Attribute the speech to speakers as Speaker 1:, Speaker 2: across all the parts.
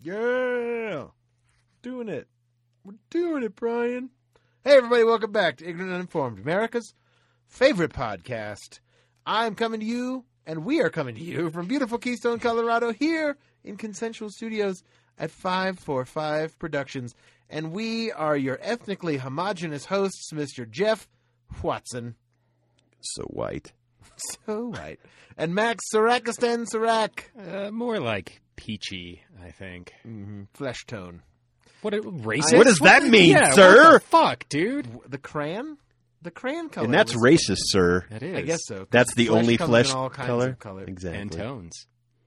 Speaker 1: Yeah. Doing it. We're doing it, Brian. Hey, everybody, welcome back to Ignorant Uninformed, America's favorite podcast. I'm coming to you, and we are coming to you from beautiful Keystone, Colorado, here in Consensual Studios at 545 Productions. And we are your ethnically homogenous hosts, Mr. Jeff Watson.
Speaker 2: So white.
Speaker 1: So white. And Max Sarakistan Sarak.
Speaker 3: Uh, more like peachy, I think.
Speaker 1: Flesh tone.
Speaker 3: What a racist?
Speaker 2: What does that
Speaker 3: the-
Speaker 2: mean,
Speaker 3: yeah, what
Speaker 2: sir?
Speaker 3: the fuck, dude.
Speaker 1: The crayon? The crayon color.
Speaker 2: And that's
Speaker 1: was-
Speaker 2: racist, sir.
Speaker 3: That is.
Speaker 1: I guess so. 'cause
Speaker 2: That's the only
Speaker 1: comes
Speaker 2: flesh
Speaker 1: in all kinds
Speaker 2: color.
Speaker 1: Of color.
Speaker 2: Exactly.
Speaker 3: And tones.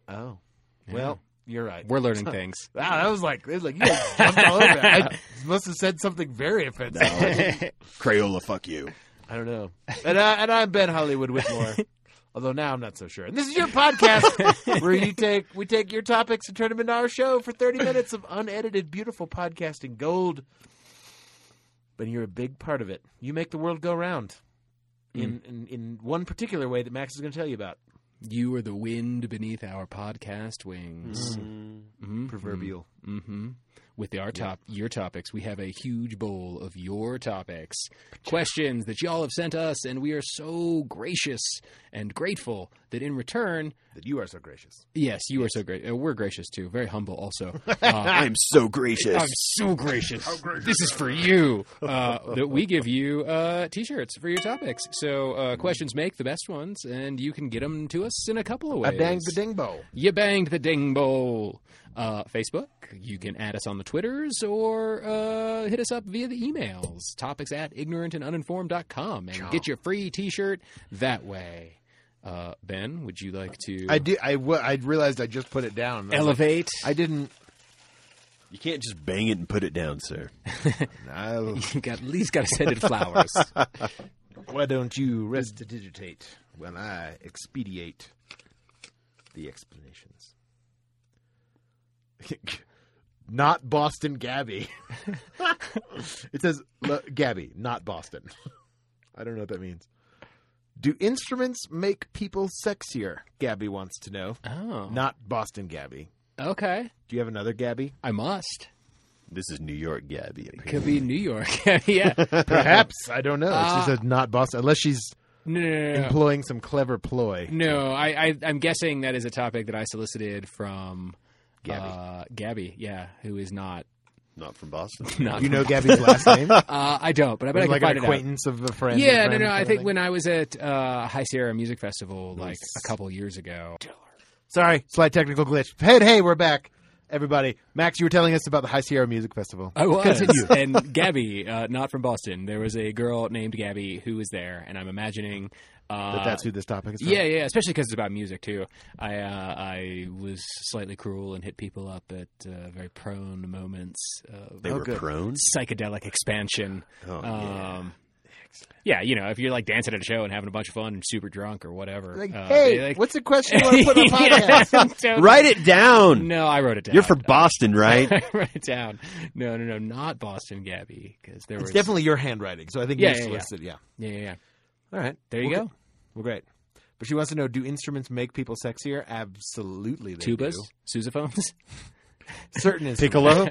Speaker 1: Oh,
Speaker 3: Yeah.
Speaker 1: well, you're right.
Speaker 3: We're learning things.
Speaker 1: Wow, that was like it was like you guys jumped all over. that. I must have said something very offensive.
Speaker 2: Crayola, fuck you.
Speaker 1: I don't know. And I and I'm Ben Hollywood Whitmore. Although now I'm not so sure. And this is your podcast where you take we take your topics and turn them into our show for 30 minutes of unedited, beautiful podcasting gold. But you're a big part of it. You make the world go round. In, in in one particular way that Max is going to tell you about.
Speaker 3: You are the wind beneath our podcast wings.
Speaker 1: Mm.
Speaker 3: Mm-hmm.
Speaker 1: Proverbial.
Speaker 3: Mm-hmm. With our top, your topics, we have a huge bowl of your topics, questions that y'all have sent us, and we are so gracious and grateful that in return,
Speaker 1: That you are so gracious.
Speaker 3: yes, you are so great. Uh, we're gracious too, very humble also. Uh,
Speaker 2: I'm so gracious.
Speaker 3: I'm so gracious. This is for you. Uh, that we give you uh, t-shirts for your topics. So uh, questions make the best ones, and you can get them to us in a couple of
Speaker 1: I
Speaker 3: ways.
Speaker 1: banged the ding bow.
Speaker 3: You banged the ding bowl. Uh, Facebook. You can add us on the Twitters or uh, hit us up via the emails. Topics at ignorantanduninformed.com and get your free T-shirt that way. Uh, ben, would you like to
Speaker 1: I did. I, w- I realized I just put it down. I was like,
Speaker 3: elevate?
Speaker 1: I didn't.
Speaker 2: you can't just bang it and put it down, sir.
Speaker 1: No.
Speaker 3: you got at least got to send it flowers.
Speaker 1: Why don't you restidigitate when I expedite the explanations? not Boston Gabby. it says "Lo- Gabby, not Boston. I don't know what that means. Do instruments make people sexier? Gabby wants to know.
Speaker 3: oh,
Speaker 1: Not Boston Gabby.
Speaker 3: okay.
Speaker 1: Do you have another Gabby?
Speaker 3: I must.
Speaker 2: This is New York Gabby. apparently.
Speaker 3: Could be New York. yeah.
Speaker 1: Perhaps I don't know.
Speaker 3: Uh,
Speaker 1: she says not Boston, unless she's
Speaker 3: No, no, no, no.
Speaker 1: employing some clever ploy.
Speaker 3: No, I, I, I'm guessing that is a topic that I solicited from
Speaker 1: Gabby.
Speaker 3: Uh, Gabby, yeah, who is not
Speaker 2: Not from Boston.
Speaker 3: not.
Speaker 1: You know Gabby's last name?
Speaker 3: uh, I don't, but I bet I
Speaker 1: Or
Speaker 3: can
Speaker 1: like an
Speaker 3: find it out.
Speaker 1: acquaintance of a friend. of a
Speaker 3: Yeah, no,
Speaker 1: friend
Speaker 3: no. I
Speaker 1: kinda
Speaker 3: think
Speaker 1: thing?
Speaker 3: when I was at uh, High Sierra Music Festival, like
Speaker 1: Nice.
Speaker 3: a couple years ago.
Speaker 1: Sorry, slight technical glitch. Hey, hey, we're back, everybody. Max, you were telling us about the High Sierra Music Festival.
Speaker 3: I was,
Speaker 1: Continue.
Speaker 3: and Gabby, uh, not from Boston. There was a girl named Gabby who was there, and I'm imagining uh,
Speaker 1: But that's who this topic is. From.
Speaker 3: Yeah, yeah, especially because it's about music too. I uh, I was slightly cruel and hit people up at uh, very prone moments. of
Speaker 2: They
Speaker 1: Oh,
Speaker 2: were
Speaker 1: good. Uh,
Speaker 2: prone.
Speaker 3: psychedelic expansion.
Speaker 2: Oh, yeah.
Speaker 3: um, yeah, you know, if you're like dancing at a show and having a bunch of fun and super drunk or whatever.
Speaker 1: Like,
Speaker 3: uh,
Speaker 1: hey,
Speaker 3: be like-
Speaker 1: what's the question you want to put on podcast?
Speaker 3: Yeah, don't-
Speaker 2: Write it down.
Speaker 3: No, I wrote it down.
Speaker 2: You're from Boston, right?
Speaker 3: I wrote it down. No, no, no, not Boston, Gabby, because there
Speaker 1: It's
Speaker 3: was
Speaker 1: definitely your handwriting, so I think
Speaker 3: Yeah,
Speaker 1: you
Speaker 3: yeah, yeah.
Speaker 1: solicited. Yeah,
Speaker 3: yeah, yeah, yeah.
Speaker 1: All right.
Speaker 3: There you
Speaker 1: Well,
Speaker 3: go.
Speaker 1: good. Well, great. But she wants to know: Do instruments make people sexier? Absolutely, they
Speaker 3: Tubas,
Speaker 1: do.
Speaker 3: sousaphones.
Speaker 1: Certain instruments. Piccolo,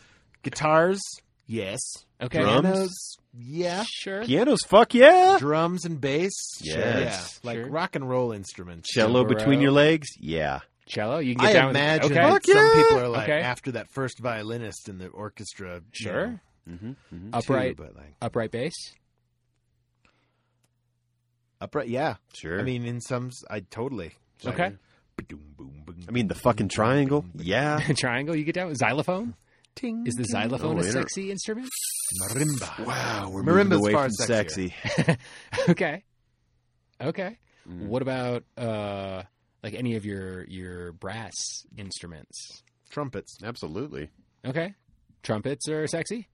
Speaker 1: guitars, yes.
Speaker 3: Okay,
Speaker 2: Drum?
Speaker 1: Pianos, yeah.
Speaker 3: sure.
Speaker 2: Pianos, fuck yeah.
Speaker 1: drums and bass.
Speaker 2: Yes.
Speaker 1: Yeah, like
Speaker 3: Sure.
Speaker 1: rock and roll instruments.
Speaker 2: Cello
Speaker 3: Dobro.
Speaker 2: between your legs, yeah.
Speaker 3: Cello, you can get
Speaker 1: I
Speaker 3: down
Speaker 1: imagine
Speaker 3: with
Speaker 1: that
Speaker 3: Okay,
Speaker 2: Fuck
Speaker 1: some
Speaker 2: yeah!
Speaker 1: people are like
Speaker 3: Okay.
Speaker 1: after that first violinist in the orchestra. you
Speaker 3: sure.
Speaker 1: know,
Speaker 2: Mm-hmm,
Speaker 1: too,
Speaker 3: Upright,
Speaker 1: but like
Speaker 3: upright bass.
Speaker 1: upright. Yeah,
Speaker 2: Sure.
Speaker 1: I mean, in some, s- I totally. Like,
Speaker 3: Okay,
Speaker 1: ba-doom, boom, boom,
Speaker 2: I mean the fucking triangle, yeah.
Speaker 3: triangle, you get down with xylophone.
Speaker 1: ting,
Speaker 3: Is the
Speaker 1: ting.
Speaker 3: xylophone
Speaker 2: Oh,
Speaker 3: a
Speaker 2: wait a-
Speaker 3: sexy instrument?
Speaker 1: marimba?
Speaker 2: Wow, we're
Speaker 1: Marimba's
Speaker 2: moving away
Speaker 1: far
Speaker 2: from
Speaker 1: sexier.
Speaker 2: sexy.
Speaker 3: okay. Okay.
Speaker 2: Mm.
Speaker 3: What about uh like any of your your brass instruments?
Speaker 1: Trumpets.
Speaker 2: Absolutely.
Speaker 3: Okay. Trumpets are sexy.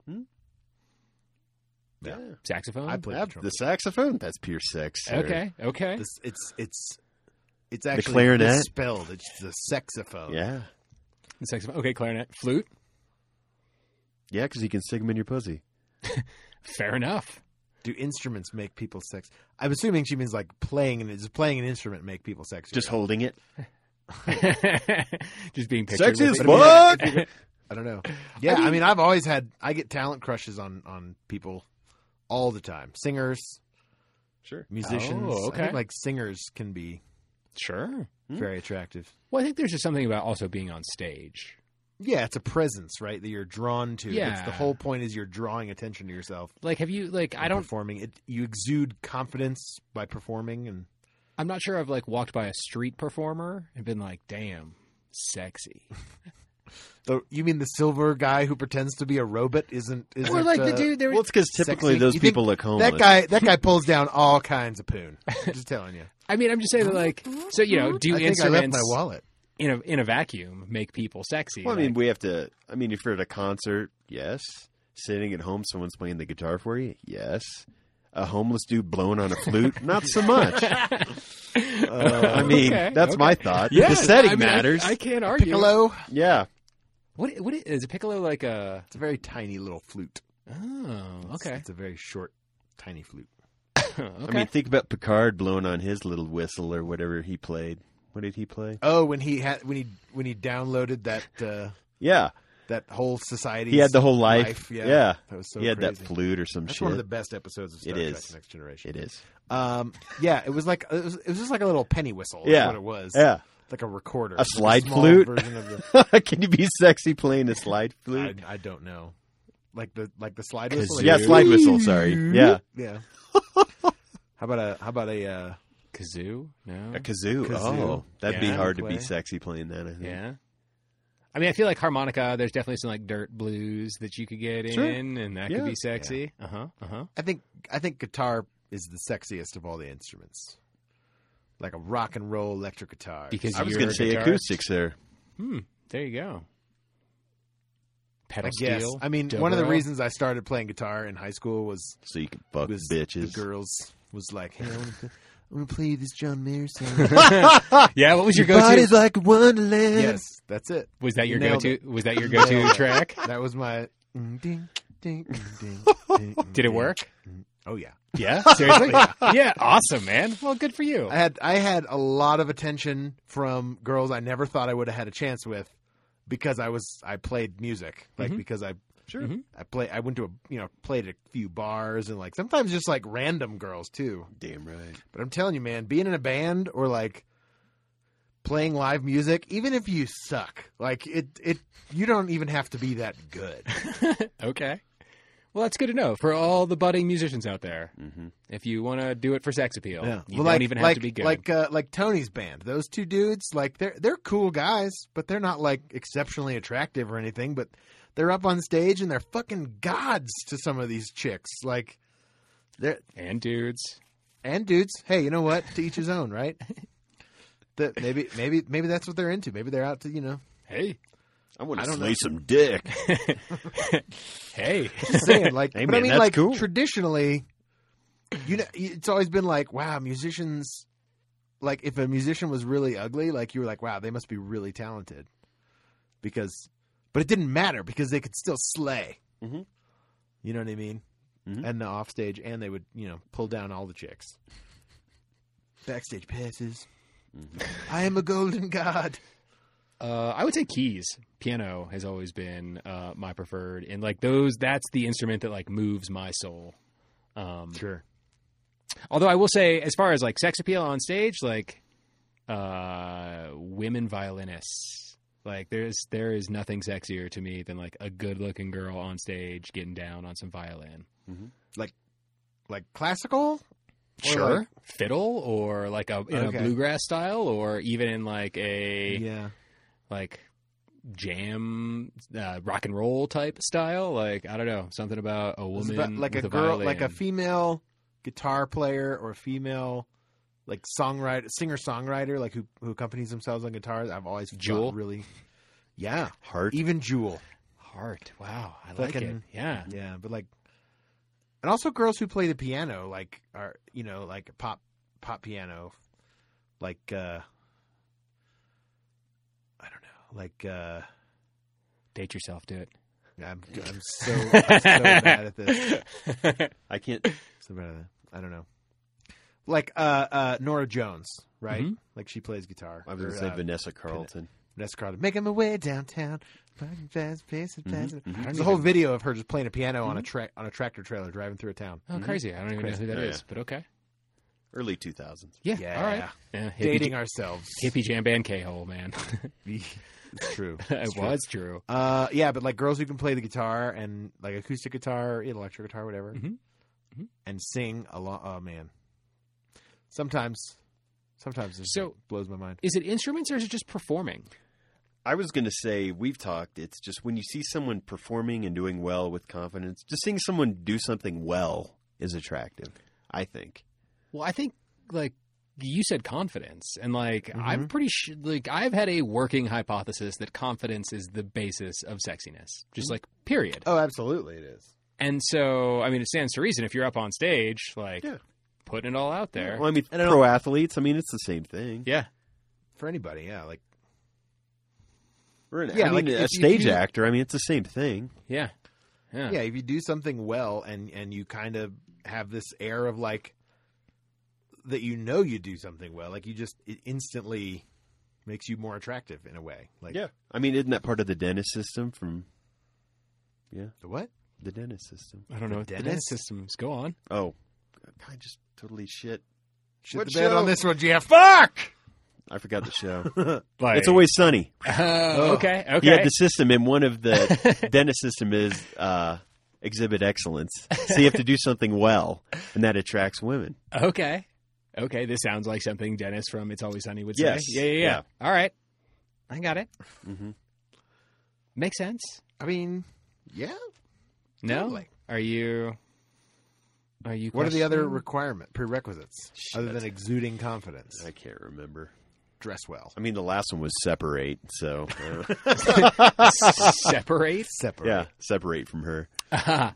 Speaker 1: Yeah.
Speaker 3: Saxophone.
Speaker 1: I play the
Speaker 2: Ab- the
Speaker 1: trumpet.
Speaker 2: saxophone, that's pure sex. sir.
Speaker 3: okay. Okay.
Speaker 1: This, it's it's it's actually
Speaker 2: clarinet.
Speaker 1: spelled. It's the saxophone.
Speaker 2: Yeah.
Speaker 3: The saxophone. Okay. Clarinet. Flute.
Speaker 2: Yeah, because you can stick them in your pussy.
Speaker 3: Fair enough.
Speaker 1: Do instruments make people sex? I'm assuming she means like playing and does playing an instrument make people sexier?
Speaker 2: Just holding it.
Speaker 3: just being pictured.
Speaker 2: Sexy as
Speaker 3: with it.
Speaker 2: fuck.
Speaker 1: I don't know. Yeah, I mean, I have always had I get talent crushes on on people all the time. Singers,
Speaker 2: Sure.
Speaker 1: musicians.
Speaker 3: Oh,
Speaker 1: I
Speaker 3: okay.
Speaker 1: think like singers can be
Speaker 3: Sure.
Speaker 2: Hmm.
Speaker 1: very attractive.
Speaker 3: Well, I think there's just something about also being on stage.
Speaker 1: Yeah, it's a presence, right? That you're drawn to. It's
Speaker 3: Yeah.
Speaker 1: the whole point is you're drawing attention to yourself.
Speaker 3: Like, have you like? I
Speaker 1: by
Speaker 3: don't.
Speaker 1: performing it. You exude confidence by performing, and
Speaker 3: I'm not sure. I've like walked by a street performer and been like, "Damn, sexy."
Speaker 1: the you mean the silver guy who pretends to be a robot isn't isn't
Speaker 3: Or like the
Speaker 1: uh,
Speaker 3: dude. There
Speaker 2: Well,
Speaker 3: was,
Speaker 2: it's because typically
Speaker 1: Sexy.
Speaker 2: those
Speaker 1: You think
Speaker 2: people look homeless.
Speaker 1: that guy that guy pulls down all kinds of poon. I'm just telling you.
Speaker 3: I mean, I'm just saying that like. So you know, do
Speaker 1: I think I left
Speaker 3: instruments
Speaker 1: my wallet.
Speaker 3: in a in a vacuum make people sexy?
Speaker 2: Well, I
Speaker 3: Like,
Speaker 2: mean, we have to. I mean, if you're at a concert, yes. Sitting at home, someone's playing the guitar for you, yes. A homeless dude blowing on a flute, not so much. Uh, I mean,
Speaker 3: Okay,
Speaker 2: that's
Speaker 3: okay.
Speaker 2: my thought. the
Speaker 3: Yes,
Speaker 2: setting
Speaker 3: I mean, I-
Speaker 2: matters.
Speaker 3: I, can't argue.
Speaker 1: Hello.
Speaker 2: yeah,
Speaker 3: What what is, is a piccolo like a?
Speaker 1: It's a very tiny little flute.
Speaker 3: Oh,
Speaker 1: It's-
Speaker 3: okay.
Speaker 1: It's a very short, tiny flute.
Speaker 3: okay.
Speaker 2: I mean, think about Picard blowing on his little whistle or whatever he played. What did he play?
Speaker 1: Oh, when he had when he when he downloaded that uh,
Speaker 2: Yeah,
Speaker 1: that whole society.
Speaker 2: he had the whole life.
Speaker 1: yeah. That was so
Speaker 2: he had
Speaker 1: crazy.
Speaker 2: that flute or some
Speaker 1: That's
Speaker 2: shit.
Speaker 1: one of the best episodes of Star
Speaker 2: It
Speaker 1: Trek:
Speaker 2: is.
Speaker 1: Next Generation.
Speaker 2: it is.
Speaker 1: Um, yeah, it was like it was, it was just like a little penny whistle. is
Speaker 2: Yeah.
Speaker 1: what it was.
Speaker 2: Yeah.
Speaker 1: like a recorder,
Speaker 2: A
Speaker 1: It's
Speaker 2: slide
Speaker 1: small
Speaker 2: flute?
Speaker 1: version of the.
Speaker 2: Can you be sexy playing a slide
Speaker 1: I,
Speaker 2: flute?
Speaker 1: I don't know, like the like the slide whistle.
Speaker 3: Kazoo.
Speaker 2: yeah, slide whistle. Sorry. Yeah,
Speaker 1: yeah. how about a how about a uh,
Speaker 3: kazoo. No.
Speaker 2: a kazoo.
Speaker 1: Kazoo.
Speaker 2: Oh, that'd
Speaker 3: Yeah.
Speaker 2: be hard to be
Speaker 1: Play.
Speaker 2: sexy playing that. I think.
Speaker 3: Yeah. I mean, I feel like harmonica. There's definitely some like dirt blues that you could get
Speaker 2: Sure.
Speaker 3: in, and that could
Speaker 2: Yeah.
Speaker 3: be sexy. Uh huh. Uh huh.
Speaker 1: I think I think guitar is the sexiest of all the instruments. Like a rock and roll electric guitar.
Speaker 3: Because
Speaker 2: I was
Speaker 3: You're
Speaker 2: going
Speaker 3: a
Speaker 2: to say
Speaker 3: guitarist.
Speaker 2: acoustics there.
Speaker 3: Hmm. There you go. Pedal
Speaker 1: I guess
Speaker 3: steel.
Speaker 1: I mean one of the
Speaker 3: dobro.
Speaker 1: reasons I started playing guitar in high school was
Speaker 2: So you can fuck
Speaker 1: was
Speaker 2: bitches.
Speaker 1: The girls was like, hey, I wanna play- I want to play this John Mayer song.
Speaker 3: yeah. What was your go-to?
Speaker 2: Body's like Wonderland.
Speaker 1: yes, that's it.
Speaker 3: was that your
Speaker 1: Nailed
Speaker 3: go-to? Was that your
Speaker 1: You nailed
Speaker 3: go-to
Speaker 1: it.
Speaker 3: track?
Speaker 1: That was my. Ding, ding, ding, ding, ding,
Speaker 3: Did it
Speaker 1: ding.
Speaker 3: work?
Speaker 1: Oh yeah.
Speaker 3: Yeah. Seriously. yeah. Awesome, man. Well, good for you.
Speaker 1: I had I had a lot of attention from girls I never thought I would have had a chance with because I was I played music like
Speaker 3: Mhm.
Speaker 1: because I Mm-hmm.
Speaker 2: Sure.
Speaker 3: Mhm.
Speaker 1: I play I went to a you know played a few bars and like sometimes just like random girls too.
Speaker 2: Damn right.
Speaker 1: But I'm telling you, man, being in a band or like playing live music, even if you suck, like it it you don't even have to be that good.
Speaker 3: okay. Well, that's good to know for all the budding musicians out there.
Speaker 2: Mhm.
Speaker 3: If you want to do it for sex appeal, you
Speaker 1: Mm-hmm. Well,
Speaker 3: don't
Speaker 1: like,
Speaker 3: even have
Speaker 1: like,
Speaker 3: to be good.
Speaker 1: Like uh, like Tony's band, those two dudes, like they're they're cool guys, but they're not like exceptionally attractive or anything. But they're up on stage and they're fucking gods to some of these chicks. Like they're
Speaker 3: and dudes.
Speaker 1: and dudes. Hey, you know what? To each his own, right? That maybe maybe maybe that's what they're into. Maybe they're out to you know.
Speaker 3: Hey.
Speaker 2: I want
Speaker 1: I
Speaker 2: to
Speaker 1: don't
Speaker 2: slay
Speaker 1: know.
Speaker 2: some dick.
Speaker 3: Hey.
Speaker 1: Just saying, like,
Speaker 2: Hey,
Speaker 1: but I
Speaker 2: man,
Speaker 1: mean,
Speaker 2: that's
Speaker 1: like
Speaker 2: cool.
Speaker 1: traditionally, you know, it's always been like, wow, musicians. Like, if a musician was really ugly, like you were like, wow, they must be really talented, because, but it didn't matter because they could still slay.
Speaker 2: Mhm.
Speaker 1: You know what I mean?
Speaker 2: Mhm.
Speaker 1: And the offstage, and they would, you know, pull down all the chicks. Backstage passes.
Speaker 2: Mm-hmm.
Speaker 1: I am a golden god.
Speaker 3: Uh, I would say keys. Piano has always been uh, my preferred, and like those, that's the instrument that like moves my soul. Um,
Speaker 1: Sure.
Speaker 3: although I will say, as far as like sex appeal on stage, like uh, women violinists, like there's there is nothing sexier to me than like a good looking girl on stage getting down on some violin.
Speaker 1: Like classical. Or,
Speaker 3: Sure,
Speaker 1: like-
Speaker 3: fiddle or like a, in
Speaker 1: Okay.
Speaker 3: a bluegrass style, or even in like
Speaker 2: Eh.
Speaker 3: a
Speaker 1: Yeah.
Speaker 3: like jam uh, rock and roll type style like i don't know something about a
Speaker 1: It's
Speaker 3: woman
Speaker 1: about- like
Speaker 3: with
Speaker 1: a girl, like a
Speaker 3: violin.
Speaker 1: female guitar player or a female like songwriter, singer songwriter, like who who accompanies themselves on guitars. I've always felt
Speaker 3: Jewel?
Speaker 1: really, yeah,
Speaker 2: Heart.
Speaker 1: even Jewel,
Speaker 3: heart wow i like it
Speaker 1: Fucking-
Speaker 3: yeah
Speaker 1: yeah, but like, and also girls who play the piano, like are you know like pop pop piano, like uh I don't know, like uh
Speaker 3: date yourself do it
Speaker 1: I'm I'm so I'm so bad at this.
Speaker 2: I can't.
Speaker 1: So bad at that. I don't know. like uh, uh, Nora Jones, right?
Speaker 3: Mhm.
Speaker 1: Like she plays guitar.
Speaker 2: I was going
Speaker 1: Or,
Speaker 2: to say
Speaker 1: uh,
Speaker 2: Vanessa Carlton.
Speaker 1: Vanessa Carlton. Making my way downtown, fucking fast, fast, fast.
Speaker 2: mhm.
Speaker 1: There's a whole video of her just playing a piano on a
Speaker 3: Mm-hmm.
Speaker 1: tra- on a tractor trailer driving through a town.
Speaker 3: Oh, crazy! I don't even know who that
Speaker 2: Yeah,
Speaker 3: is,
Speaker 2: yeah.
Speaker 3: but okay.
Speaker 2: Early 2000s.
Speaker 3: Yeah,
Speaker 1: Yeah.
Speaker 3: all right. Yeah, hippie,
Speaker 1: Dating ourselves.
Speaker 3: hippie jam band K hole man.
Speaker 1: it's true.
Speaker 3: it
Speaker 1: It's true.
Speaker 3: was true.
Speaker 1: Uh, yeah, but like girls who can play the guitar and like acoustic guitar, electric guitar, whatever,
Speaker 3: Mhm. Mhm.
Speaker 1: and sing a lot. Oh man, sometimes, sometimes it
Speaker 3: So-
Speaker 1: blows my mind.
Speaker 3: Is it instruments or is it just performing?
Speaker 2: I was going to say we've talked. It's just when you see someone performing and doing well with confidence, just seeing someone do something well is attractive. I think.
Speaker 3: Well, I think like you said confidence and like I'm pretty sure like I've had a working hypothesis that confidence is the basis of sexiness. Just like period.
Speaker 1: Oh, absolutely, it is.
Speaker 3: And so I mean it stands to reason if you're up on stage like
Speaker 2: Yeah.
Speaker 3: putting it all out there.
Speaker 2: Well, I mean,
Speaker 1: And I
Speaker 2: pro athletes. I mean, it's the same thing.
Speaker 3: yeah.
Speaker 1: For anybody, yeah, like
Speaker 2: Or an-
Speaker 1: Yeah,
Speaker 2: I mean,
Speaker 1: like,
Speaker 2: a
Speaker 1: if you-
Speaker 2: stage
Speaker 1: you-
Speaker 2: actor. I mean, it's the same thing.
Speaker 3: Yeah. Yeah.
Speaker 1: yeah, if you do something well and and you kind of have this air of like that you know you do something well, like you just it instantly makes you more attractive in a way. Like
Speaker 2: I mean, isn't that part of the dentist system from
Speaker 1: the what?
Speaker 2: the dentist system?
Speaker 3: I don't know.
Speaker 1: The
Speaker 3: what the
Speaker 1: dentist?
Speaker 3: dentist systems go on.
Speaker 2: Oh, I just totally shit.
Speaker 1: Shit
Speaker 2: What
Speaker 1: the bed on
Speaker 2: show?
Speaker 1: this one, yeah. Fuck.
Speaker 2: I forgot the show.
Speaker 3: Like
Speaker 2: it's always sunny.
Speaker 3: Oh, okay. Okay.
Speaker 2: You have the system, and one of the dentist system is uh, exhibit excellence. So you have to do something well, and that attracts women.
Speaker 3: Okay. Okay, this sounds like something Dennis from It's Always Sunny would say.
Speaker 2: Yes.
Speaker 3: Yeah, yeah, yeah,
Speaker 2: Yeah.
Speaker 3: All right. I got it.
Speaker 2: Mhm.
Speaker 3: Makes sense.
Speaker 1: I mean, yeah.
Speaker 3: No.
Speaker 1: Totally.
Speaker 3: Are you Are you
Speaker 1: What are the other
Speaker 3: questioning?
Speaker 1: requirement prerequisites other
Speaker 2: Shit.
Speaker 1: than exuding confidence?
Speaker 2: I can't remember.
Speaker 1: dress well,
Speaker 2: I mean, the last one was separate. So uh,
Speaker 3: separate?
Speaker 1: separate.
Speaker 2: yeah, separate from her.
Speaker 3: Aha.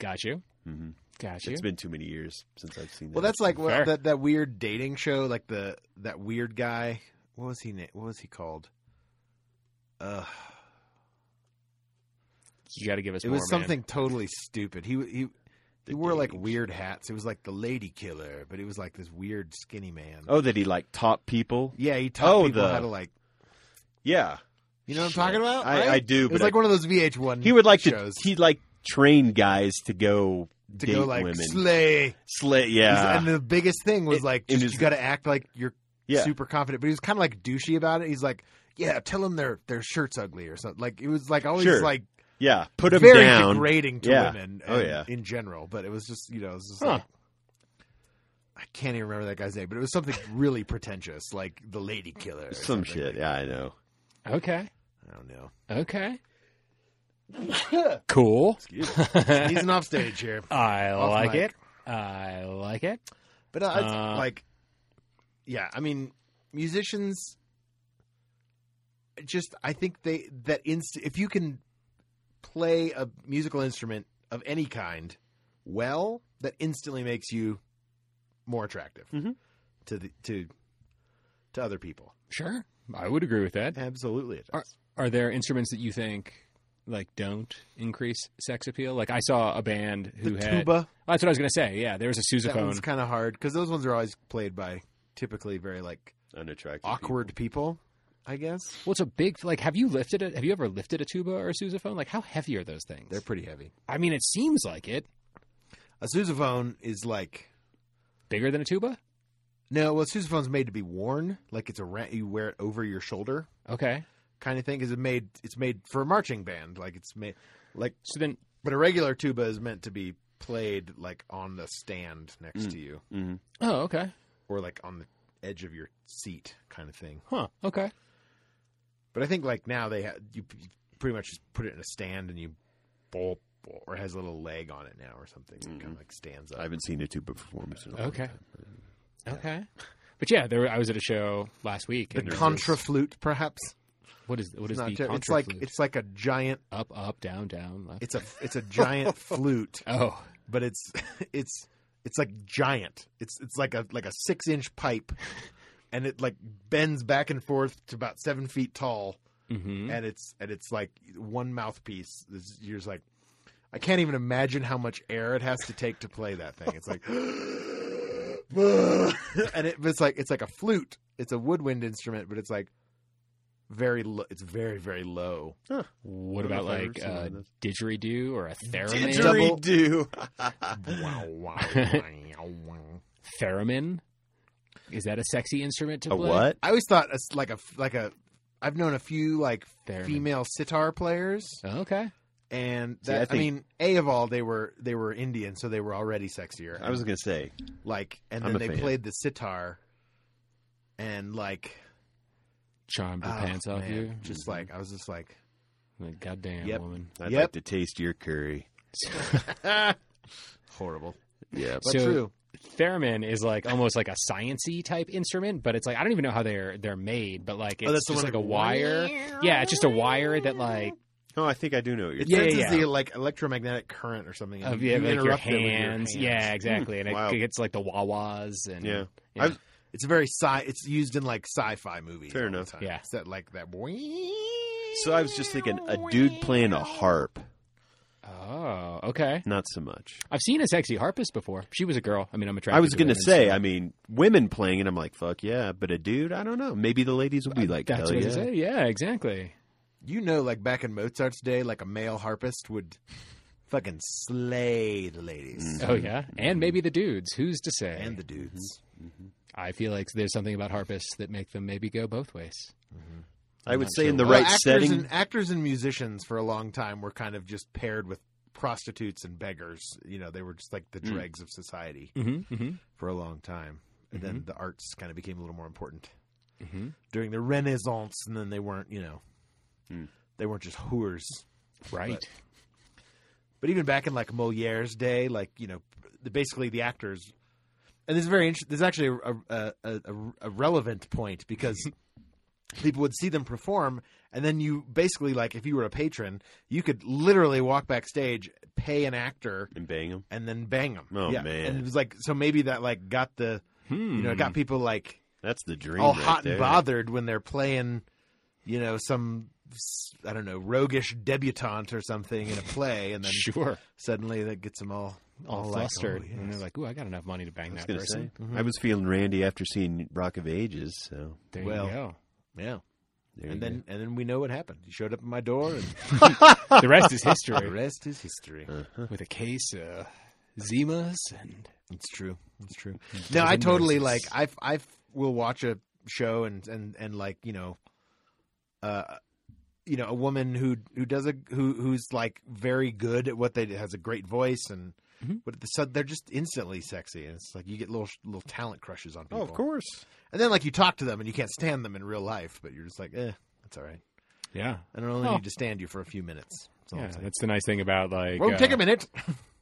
Speaker 3: Got you.
Speaker 2: Mhm.
Speaker 3: Got you.
Speaker 2: It's been too many years since I've seen that.
Speaker 1: Well, that's like
Speaker 3: Fair.
Speaker 1: well, that that weird dating show, like the that weird guy. What was he? Na- what was he called? Uh,
Speaker 3: you got to give us
Speaker 1: it
Speaker 3: more,
Speaker 1: was
Speaker 3: man.
Speaker 1: something totally stupid. He he
Speaker 2: The
Speaker 1: he wore like
Speaker 2: dating
Speaker 1: weird hats. It was like the Lady Killer, but it was like this weird skinny man.
Speaker 2: Oh, that he like taught people.
Speaker 1: yeah, he taught
Speaker 2: oh,
Speaker 1: people
Speaker 2: the-
Speaker 1: how to like.
Speaker 2: Yeah,
Speaker 1: You know what I'm talking about?
Speaker 2: I,
Speaker 1: right?
Speaker 2: I do.
Speaker 1: It was
Speaker 2: but
Speaker 1: like
Speaker 2: I-
Speaker 1: one of those VH1.
Speaker 2: he would like
Speaker 1: shows
Speaker 2: to. He like train guys to go
Speaker 1: to
Speaker 2: date
Speaker 1: go like
Speaker 2: women.
Speaker 1: slay.
Speaker 2: Slay- yeah,
Speaker 1: and the biggest thing was
Speaker 2: It-
Speaker 1: like
Speaker 2: it
Speaker 1: just,
Speaker 2: is-
Speaker 1: you got to act like you're
Speaker 2: yeah.
Speaker 1: super confident. But he was kind of like douchey about it. He's like, yeah, tell them their their shirt's ugly or something. Like it was like always
Speaker 2: Sure.
Speaker 1: like
Speaker 2: Yeah, put him
Speaker 1: very
Speaker 2: down.
Speaker 1: degrading to
Speaker 2: Yeah.
Speaker 1: women.
Speaker 2: Oh,
Speaker 1: and-
Speaker 2: yeah.
Speaker 1: in general. But it was just you know it was just
Speaker 3: Huh.
Speaker 1: like. I can't even remember that guy's name, but it was something really pretentious, like the Lady Killer. Or
Speaker 2: Some
Speaker 1: something.
Speaker 2: shit. Yeah, I know.
Speaker 3: Okay.
Speaker 1: I don't know.
Speaker 3: Okay. cool. I
Speaker 1: He's an offstage here, Off
Speaker 3: like
Speaker 1: mic.
Speaker 3: it. I like it.
Speaker 1: but I,
Speaker 3: Uh,
Speaker 1: like, yeah, I mean, musicians. Just, I think they that inst- if you can play a musical instrument of any kind well, that instantly makes you more attractive
Speaker 3: Mm-hmm.
Speaker 2: Mhm.
Speaker 1: to the to to other people.
Speaker 3: Sure. I would agree with that.
Speaker 1: Absolutely, it does.
Speaker 3: are there instruments that you think like don't increase sex appeal? Like I saw a band who
Speaker 1: the
Speaker 3: had
Speaker 1: tuba
Speaker 3: that's what I was gonna say. Yeah, there was a
Speaker 1: that one's
Speaker 3: sousaphone.
Speaker 1: kind of hard because those ones are always played by typically very like
Speaker 2: Unattractive.
Speaker 1: awkward people, I guess.
Speaker 3: Well, it's a big like. Have you lifted it? Have you ever lifted a tuba or a sousaphone? Like how heavy are those things?
Speaker 1: They're pretty heavy.
Speaker 3: I mean, it seems like it
Speaker 1: A sousaphone is like
Speaker 3: bigger than a tuba.
Speaker 1: No, well, sousaphone's made to be worn, like it's a ra- you wear it over your shoulder
Speaker 3: Okay,
Speaker 1: kind of thing. Is it made? It's made for a marching band, like it's made like.
Speaker 3: so then
Speaker 1: But a regular tuba is meant to be played like on the stand next
Speaker 2: Mm.
Speaker 1: to you,
Speaker 2: hmm
Speaker 3: oh okay,
Speaker 1: or like on the edge of your seat, kind of thing.
Speaker 3: huh? Okay,
Speaker 1: But I think like now they have you, p- you pretty much just put it in a stand and you bowl, bowl or it has a little leg on it now or something that
Speaker 3: Mm-hmm.
Speaker 1: kind of like stands up.
Speaker 2: I haven't seen a tuba performance in a long
Speaker 3: Okay.
Speaker 2: time.
Speaker 3: okay. But yeah, there. I was at a show last week.
Speaker 1: the
Speaker 3: and there was-
Speaker 1: contraflute, perhaps.
Speaker 3: What is what
Speaker 1: It's
Speaker 3: is
Speaker 1: not
Speaker 3: the
Speaker 1: ter-
Speaker 3: contra?
Speaker 1: it's like
Speaker 3: flute?
Speaker 1: it's like a giant.
Speaker 3: up, up, down, down. Left.
Speaker 1: It's a it's a giant flute.
Speaker 3: oh,
Speaker 1: but it's it's it's like giant. It's it's like a like a six inch pipe, and it like bends back and forth to about seven feet tall,
Speaker 2: Mm-hmm.
Speaker 3: hmm
Speaker 1: and it's and it's like one mouthpiece. This- You're just like, I can't even imagine how much air it has to take to play that thing. It's like, and it, but it's like it's like a flute. It's a woodwind instrument, but it's like very. Lo- it's very very low.
Speaker 2: I
Speaker 3: What
Speaker 2: don't
Speaker 3: about
Speaker 2: know if I've
Speaker 3: like
Speaker 2: ever seen
Speaker 3: uh,
Speaker 2: one of
Speaker 3: didgeridoo or a
Speaker 2: uh,
Speaker 3: theremin?
Speaker 2: Didgeridoo.
Speaker 3: theremin? Is that a sexy instrument to
Speaker 2: a
Speaker 3: play?
Speaker 2: what?
Speaker 1: I always thought it's like a like a. I've known a few like
Speaker 3: Theremin.
Speaker 1: female sitar players,
Speaker 3: Oh, Okay.
Speaker 1: and
Speaker 2: See,
Speaker 1: that
Speaker 2: I
Speaker 1: I,
Speaker 2: think-
Speaker 1: mean, a of all they were they were Indian, so they were already sexier.
Speaker 2: I was gonna say
Speaker 1: like, and
Speaker 2: I'm
Speaker 1: then
Speaker 2: a
Speaker 1: they
Speaker 2: fan.
Speaker 1: played the sitar, and like
Speaker 3: Charmed the
Speaker 1: oh,
Speaker 3: pants off
Speaker 1: man,
Speaker 3: you. Mm-hmm.
Speaker 1: Just like I was just like,
Speaker 3: Like, goddamn
Speaker 1: Yep.
Speaker 3: woman.
Speaker 2: I'd
Speaker 1: Yep.
Speaker 2: like to taste your curry.
Speaker 1: horrible,
Speaker 2: Yeah,
Speaker 1: but
Speaker 3: So-
Speaker 1: true.
Speaker 3: Theremin is like almost like a sciency type instrument, but it's like I don't even know how they're they're made, but like it's
Speaker 1: oh, that's the
Speaker 3: just
Speaker 1: one
Speaker 3: like a wire. Yeah, it's just a wire that like
Speaker 2: Oh, I think I do know what you're
Speaker 1: It
Speaker 3: Yeah,
Speaker 1: senses
Speaker 3: yeah,
Speaker 1: the like electromagnetic current or something. and
Speaker 3: of
Speaker 1: you
Speaker 3: yeah, like your
Speaker 1: interrupt it with your
Speaker 3: hands. Yeah, exactly. And
Speaker 2: wow.
Speaker 3: it gets like the wah-wahs and
Speaker 2: Yeah.
Speaker 3: yeah.
Speaker 2: I've-
Speaker 1: It's very sci. It's used in like sci-fi movies.
Speaker 2: Fair
Speaker 1: all the
Speaker 2: enough.
Speaker 1: time.
Speaker 3: Yeah.
Speaker 1: It's that like that.
Speaker 2: So I was just thinking a dude playing a harp.
Speaker 3: Oh, okay.
Speaker 2: Not so much.
Speaker 3: I've seen a sexy harpist before. She was a girl. I mean, I'm attracted.
Speaker 2: I was
Speaker 3: to
Speaker 2: gonna
Speaker 3: women,
Speaker 2: say,
Speaker 3: so-
Speaker 2: I mean, women playing it, I'm like, fuck yeah. But a dude, I don't know. Maybe the ladies will be like,
Speaker 3: that's
Speaker 2: hell
Speaker 3: what I
Speaker 2: yeah.
Speaker 3: was gonna say. Yeah, exactly.
Speaker 1: You know, like back in Mozart's day, like a male harpist would fucking slay the ladies
Speaker 3: Oh yeah, and maybe the dudes. Who's to say?
Speaker 1: and the dudes.
Speaker 3: I feel like there's something about harpists that make them maybe go both ways.
Speaker 2: I would
Speaker 3: Not
Speaker 2: say
Speaker 3: sure
Speaker 2: in the
Speaker 3: why.
Speaker 1: Well,
Speaker 2: right
Speaker 1: actors
Speaker 2: setting.
Speaker 1: and actors and musicians for a long time were kind of just paired with prostitutes and beggars. You know, they were just like the
Speaker 2: Mm.
Speaker 1: dregs of society
Speaker 3: Mm-hmm, mm-hmm,
Speaker 1: for a long time, and
Speaker 2: Mm-hmm.
Speaker 1: then the arts kind of became a little more important
Speaker 3: mm-hmm.
Speaker 1: during the Renaissance, and then they weren't. You know,
Speaker 2: Mm.
Speaker 1: they weren't just whores.
Speaker 3: Right.
Speaker 1: But even back in like Moliere's day, like you know, the, basically the actors, and this is very interesting. This is actually a, a, a, a, a relevant point because people would see them perform, and then you basically like if you were a patron, you could literally walk backstage, pay an actor,
Speaker 2: and bang them.
Speaker 1: and then bang them.
Speaker 2: Oh, man.
Speaker 1: And it was like so maybe that like got the you know it got people like
Speaker 2: That's the dream.
Speaker 1: all
Speaker 2: right
Speaker 1: hot
Speaker 2: there.
Speaker 1: and bothered when they're playing, you know, some I don't know roguish debutante or something in a play, and then
Speaker 3: sure.
Speaker 1: suddenly that gets them all
Speaker 3: All
Speaker 1: like,
Speaker 3: flustered,
Speaker 1: oh, yes.
Speaker 3: and they're like, "Ooh, I got enough money to bang
Speaker 2: I was
Speaker 3: that
Speaker 2: gonna
Speaker 3: person."
Speaker 2: say. I was feeling Randy after seeing Rock of Ages. So
Speaker 3: There
Speaker 1: Well,
Speaker 3: you go.
Speaker 1: yeah.
Speaker 2: there
Speaker 1: And
Speaker 2: you
Speaker 1: then and then we know what happened. He showed up at my door, and
Speaker 3: The rest is
Speaker 1: the
Speaker 3: history.
Speaker 1: rest is history.
Speaker 2: go. Uh-huh.
Speaker 3: With a case of Zimas and
Speaker 1: It's true. It's true. No, I totally like.
Speaker 3: nurses.
Speaker 1: I I will watch a show and and and like you know, uh, you know, a woman who who does a who who's like very good at what they do, has a great voice and.
Speaker 3: Mhm.
Speaker 1: But the, so they're just instantly sexy, and it's like you get little little talent crushes on people.
Speaker 2: Oh, of course.
Speaker 1: And then like you talk to them, and you can't stand them in real life, but you're just like, eh, that's all right.
Speaker 3: yeah.
Speaker 1: I don't only
Speaker 3: Oh.
Speaker 1: need to stand you for a few minutes. That's all
Speaker 3: Yeah,
Speaker 1: I'm saying.
Speaker 3: that's the nice thing about like
Speaker 1: Won't
Speaker 3: uh,
Speaker 1: take a minute.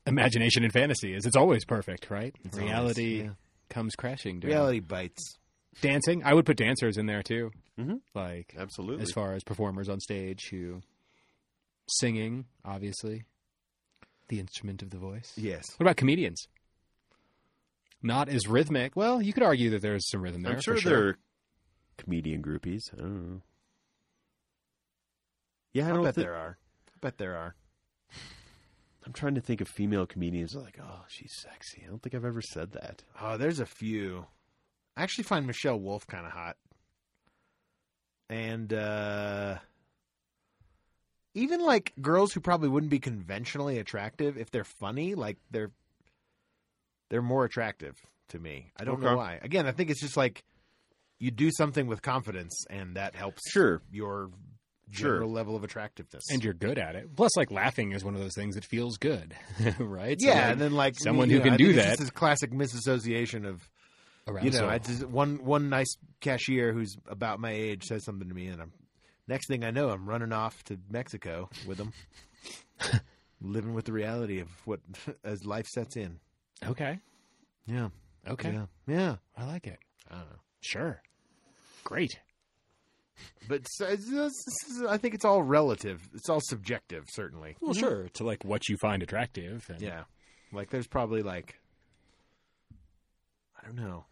Speaker 3: imagination and fantasy is it's always perfect, right?
Speaker 1: It's always-
Speaker 3: Reality
Speaker 1: yeah.
Speaker 3: comes crashing down.
Speaker 1: Reality bites.
Speaker 3: Dancing, I would put dancers in there too.
Speaker 2: Mhm.
Speaker 3: Like
Speaker 2: Absolutely.
Speaker 3: as far as performers on stage who singing, obviously, the instrument of the voice.
Speaker 1: Yes.
Speaker 3: What about comedians? Not as rhythmic. Well, you could argue that there's some rhythm there.
Speaker 2: I'm sure,
Speaker 3: for
Speaker 2: there are comedian groupies. I don't know. Yeah, I
Speaker 1: I,
Speaker 2: don't
Speaker 1: bet
Speaker 2: thi-
Speaker 1: there are. I bet there are.
Speaker 2: I'm trying to think of female comedians like, oh, she's sexy. I don't think I've ever said that.
Speaker 1: Oh, there's a few. I actually find Michelle Wolf kind of hot. And uh even like girls who probably wouldn't be conventionally attractive if they're funny, like they're they're more attractive to me. I don't
Speaker 2: Okay.
Speaker 1: know why. Again, I think it's just like you do something with confidence and that helps
Speaker 2: Sure.
Speaker 1: your
Speaker 2: Sure.
Speaker 1: general level of attractiveness.
Speaker 3: And you're good at it. Plus, like laughing is one of those things that feels good, right? So,
Speaker 1: yeah,
Speaker 3: like,
Speaker 1: and then like
Speaker 3: someone
Speaker 1: you
Speaker 3: who
Speaker 1: know,
Speaker 3: can
Speaker 1: I
Speaker 3: do
Speaker 1: think it's
Speaker 3: that-
Speaker 1: just this classic misassociation of you know,
Speaker 3: arousal.
Speaker 1: I just one one nice cashier who's about my age says something to me, and I'm next thing I know, I'm running off to Mexico with them, living with the reality of what as life sets in.
Speaker 3: okay,
Speaker 1: Yeah.
Speaker 3: okay,
Speaker 1: Yeah. Yeah.
Speaker 3: I like it.
Speaker 1: I don't know.
Speaker 3: Sure, great.
Speaker 1: But it's- it's- it's- I think it's all relative. It's all subjective, certainly.
Speaker 3: Well, sure, to like what you find attractive. And
Speaker 1: Yeah. Like there's probably like I don't know.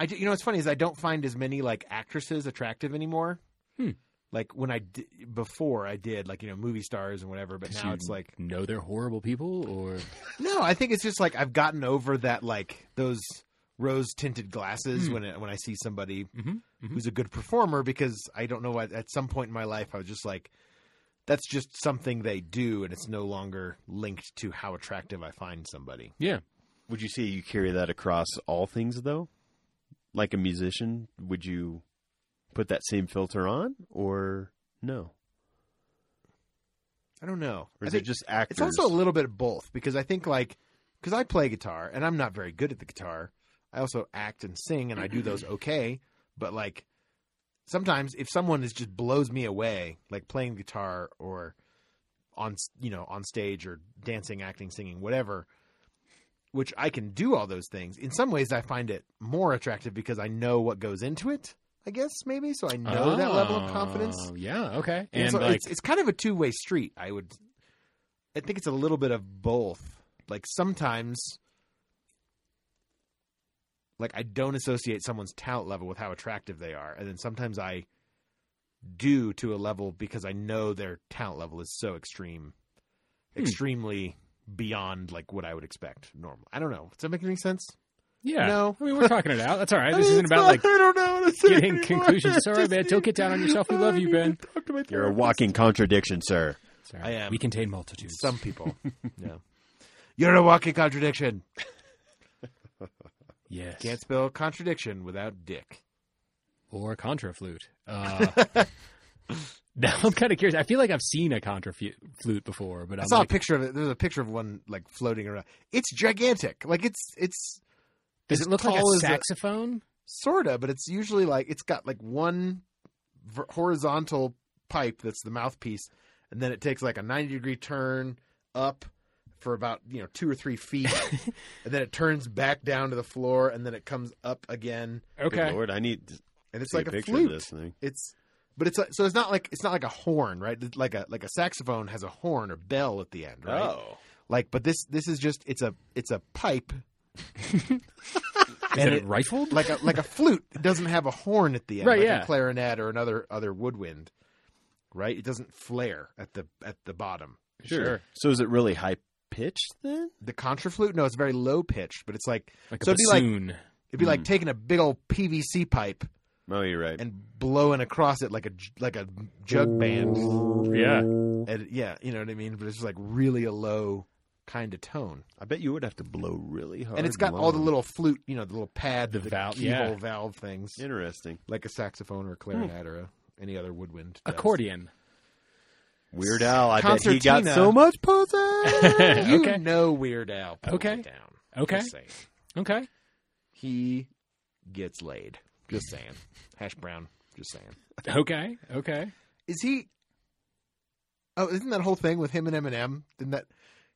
Speaker 1: I do, you know what's funny is I don't find as many like actresses attractive anymore.
Speaker 3: Hmm.
Speaker 1: Like when I di- before I did like you know movie stars and whatever, but
Speaker 3: 'Cause
Speaker 1: now
Speaker 3: you
Speaker 1: it's like
Speaker 3: know they're horrible people, or
Speaker 1: no, I think it's just like I've gotten over that like those rose tinted glasses
Speaker 3: Hmm.
Speaker 1: when I, when I see somebody
Speaker 3: Mhm, mhm.
Speaker 1: who's a good performer because I don't know why at some point in my life I was just like that's just something they do and it's no longer linked to how attractive I find somebody.
Speaker 2: Would you say you carry that across all things though? Like a musician, would you put that same filter on or no?
Speaker 1: I don't know.
Speaker 2: Or
Speaker 1: I
Speaker 2: is
Speaker 1: think-
Speaker 2: it just actors?
Speaker 1: It's also a little bit of both because I think like because I play guitar and I'm not very good at the guitar. I also act and sing and I do those okay, but like sometimes if someone is just blows me away, like playing guitar or on s- you know on stage or dancing, acting, singing, whatever, which I can do all those things. In some ways, I find it more attractive because I know what goes into it. I guess maybe so I know that level of confidence.
Speaker 3: Oh, Yeah, okay.
Speaker 1: And
Speaker 3: And
Speaker 1: so
Speaker 3: like,
Speaker 1: it's, it's kind of a two way street. I would, I think it's a little bit of both. Like sometimes, like I don't associate someone's talent level with how attractive they are, and then sometimes I do to a level because I know their talent level is so extreme,
Speaker 3: Hmm.
Speaker 1: extremely beyond like what I would expect normally. I don't know. Does that make any sense?
Speaker 3: yeah.
Speaker 1: no.
Speaker 3: I mean, we're talking it out. That's all right.
Speaker 1: I
Speaker 3: This
Speaker 1: mean,
Speaker 3: isn't
Speaker 1: it's
Speaker 3: about
Speaker 1: not-
Speaker 3: like
Speaker 1: I don't know.
Speaker 3: getting conclusions. Sorry, man. Don't get down on yourself. We love you, Ben.
Speaker 2: You're a walking contradiction, sir.
Speaker 3: Sorry.
Speaker 1: I am.
Speaker 3: We contain multitudes.
Speaker 1: Some people. yeah. You're a walking contradiction.
Speaker 3: yes.
Speaker 1: Can't spell contradiction without dick.
Speaker 3: or contraflute. Uh, now I'm kind of curious. I feel like I've seen a contraflute before, but
Speaker 1: I
Speaker 3: I'm
Speaker 1: saw
Speaker 3: like,
Speaker 1: a picture of it. There's a picture of one like floating around. It's gigantic. Like it's it's
Speaker 3: does
Speaker 1: as
Speaker 3: it look like
Speaker 1: tall
Speaker 3: a
Speaker 1: as a-
Speaker 3: saxophone?
Speaker 1: sorta, but it's usually like it's got like one v- horizontal pipe that's the mouthpiece, and then it takes like a 90 degree turn up for about you know two or three feet, and then it turns back down to the floor, and then it comes up again,
Speaker 2: Good
Speaker 3: okay.
Speaker 2: Lord, I need to
Speaker 1: and it's
Speaker 2: see
Speaker 1: like
Speaker 2: a
Speaker 1: a
Speaker 2: picture
Speaker 1: flute.
Speaker 2: of this thing.
Speaker 1: It's but it's like, so it's not like it's not like a horn, right? Like a like a saxophone has a horn or bell at the end, right?
Speaker 2: Oh.
Speaker 1: Like, but this this is just it's a it's a pipe
Speaker 3: Is
Speaker 1: and
Speaker 3: it,
Speaker 1: it-
Speaker 3: rifled?
Speaker 1: like a like a flute. It doesn't have a horn at the end,
Speaker 3: Right,
Speaker 1: like
Speaker 3: yeah.
Speaker 1: a clarinet or another other woodwind, right? It doesn't flare at the at the bottom.
Speaker 3: Sure.
Speaker 2: So is it really high pitched then?
Speaker 1: The contraflute, no, it's very low pitched, but it's like
Speaker 3: Like a
Speaker 1: So it'd be like-
Speaker 3: bassoon.
Speaker 1: it'd be
Speaker 3: Hmm.
Speaker 1: like
Speaker 2: Mm.
Speaker 1: taking a big old PVC pipe
Speaker 2: Oh, you're right.
Speaker 1: and blowing across it like a j- like a jug band.
Speaker 3: yeah.
Speaker 1: And, yeah, you know what I mean. But it's just like really a low kind of tone.
Speaker 2: I bet you would have to blow really hard.
Speaker 1: and it's got all the
Speaker 2: long.
Speaker 1: little flute, you know, the little pad,
Speaker 3: The
Speaker 1: the,
Speaker 3: valve-
Speaker 1: keyhole
Speaker 3: yeah.
Speaker 1: valve things,
Speaker 2: Interesting.
Speaker 1: like a saxophone or a clarinet or a, any other woodwind. does.
Speaker 3: Accordion.
Speaker 2: Weird Al, I bet he got
Speaker 1: Concertina.
Speaker 2: so much pussy.
Speaker 1: you
Speaker 3: Okay.
Speaker 1: know Weird Al. pulled
Speaker 3: Okay.
Speaker 1: it Down.
Speaker 3: Okay.
Speaker 1: Just saying.
Speaker 3: Okay.
Speaker 1: He gets laid. Just saying. Hash brown. Just saying.
Speaker 3: Okay. Okay.
Speaker 1: Is he? Oh, isn't that whole thing with him and Eminem? Didn't that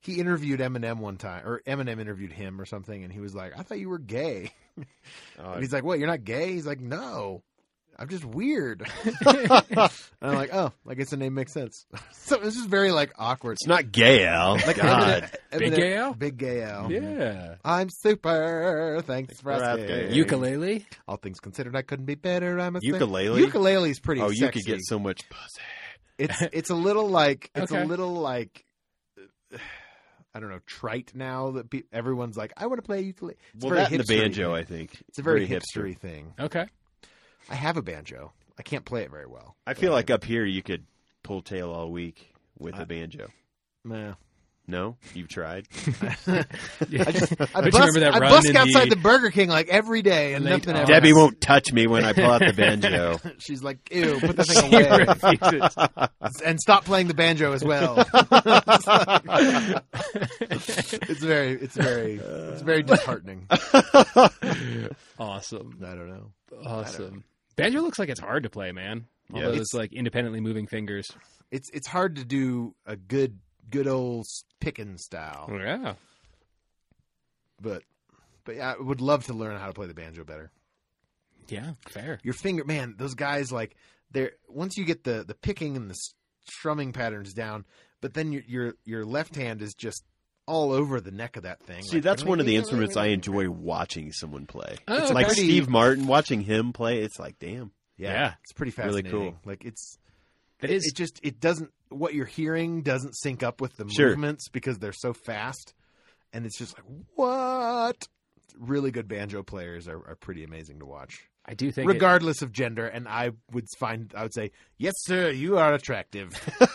Speaker 1: he interviewed Eminem one time, or Eminem interviewed him or something, and he was like, "I thought you were gay." And
Speaker 2: Oh,
Speaker 1: he's like, "What? You're not gay?" He's like, "No, I'm just weird." And I'm like, "Oh, I guess the name makes sense." so this is very like awkward.
Speaker 2: it's not gay, Al.
Speaker 1: Like
Speaker 2: God.
Speaker 1: Eminem-
Speaker 3: Big
Speaker 1: Eminem-
Speaker 3: gay Al?
Speaker 1: Big gay Al.
Speaker 3: yeah.
Speaker 1: I'm super. Thanks, for
Speaker 2: for
Speaker 1: asking.
Speaker 2: asking.
Speaker 3: Ukulele.
Speaker 1: All things considered, I couldn't be better. I'm a singer.
Speaker 2: Ukulele?
Speaker 1: Ukulele is pretty.
Speaker 2: Oh, you
Speaker 1: sexy.
Speaker 2: could get so much pussy.
Speaker 1: It's it's a little like it's
Speaker 3: Okay.
Speaker 1: a little like. I don't know, trite now that pe- everyone's like, I want to play ukulele. It's
Speaker 2: well,
Speaker 1: very
Speaker 2: that and the
Speaker 1: hipstery.
Speaker 2: banjo, I think.
Speaker 1: It's a very, hipstery thing.
Speaker 3: Okay.
Speaker 1: I have a banjo. I can't play it very well.
Speaker 2: I feel like up here you could pull tail all week with a
Speaker 1: I-
Speaker 2: banjo.
Speaker 1: Nah.
Speaker 2: No, you've tried.
Speaker 1: I just I
Speaker 3: you
Speaker 1: bust,
Speaker 3: remember that
Speaker 1: I
Speaker 3: run
Speaker 1: bust
Speaker 3: in the-
Speaker 1: outside the... Burger King like every day and
Speaker 3: Late
Speaker 1: nothing ever.
Speaker 3: hours.
Speaker 2: Debbie
Speaker 1: happens.
Speaker 2: won't touch me when I pull out the banjo.
Speaker 1: She's like, ew, put the
Speaker 3: She
Speaker 1: thing away.
Speaker 3: refuses.
Speaker 1: and stop playing the banjo as well. it's very, it's very, it's very disheartening. I
Speaker 3: awesome.
Speaker 1: don't know.
Speaker 3: Awesome. Banjo looks like it's hard to play, man. All
Speaker 2: Yeah.
Speaker 3: those like independently moving fingers.
Speaker 1: It's it's hard to do a good good old picking style,
Speaker 3: Yeah.
Speaker 1: but but yeah, I would love to learn how to play the banjo better.
Speaker 3: Yeah. Fair.
Speaker 1: Your finger, man, those guys like they're once you get the the picking and the strumming patterns down, but then your your your left hand is just all over the neck of that thing.
Speaker 2: See,
Speaker 1: Like,
Speaker 2: that's one of the instruments I enjoy watching someone play.
Speaker 3: Oh,
Speaker 2: It's like
Speaker 1: okay.
Speaker 2: Steve Martin watching him play. It's like, damn.
Speaker 1: Yeah,
Speaker 3: Yeah.
Speaker 1: it's pretty
Speaker 2: Really
Speaker 1: fascinating.
Speaker 2: cool.
Speaker 1: Like it's
Speaker 3: That
Speaker 1: it,
Speaker 3: is
Speaker 1: it just it doesn't what you're hearing doesn't sync up with the
Speaker 2: Sure.
Speaker 1: movements because they're so fast, and it's just like what. Really good banjo players are, are pretty amazing to watch,
Speaker 3: I do think it-
Speaker 1: regardless of gender. And I would find I would say, yes, sir, you are attractive.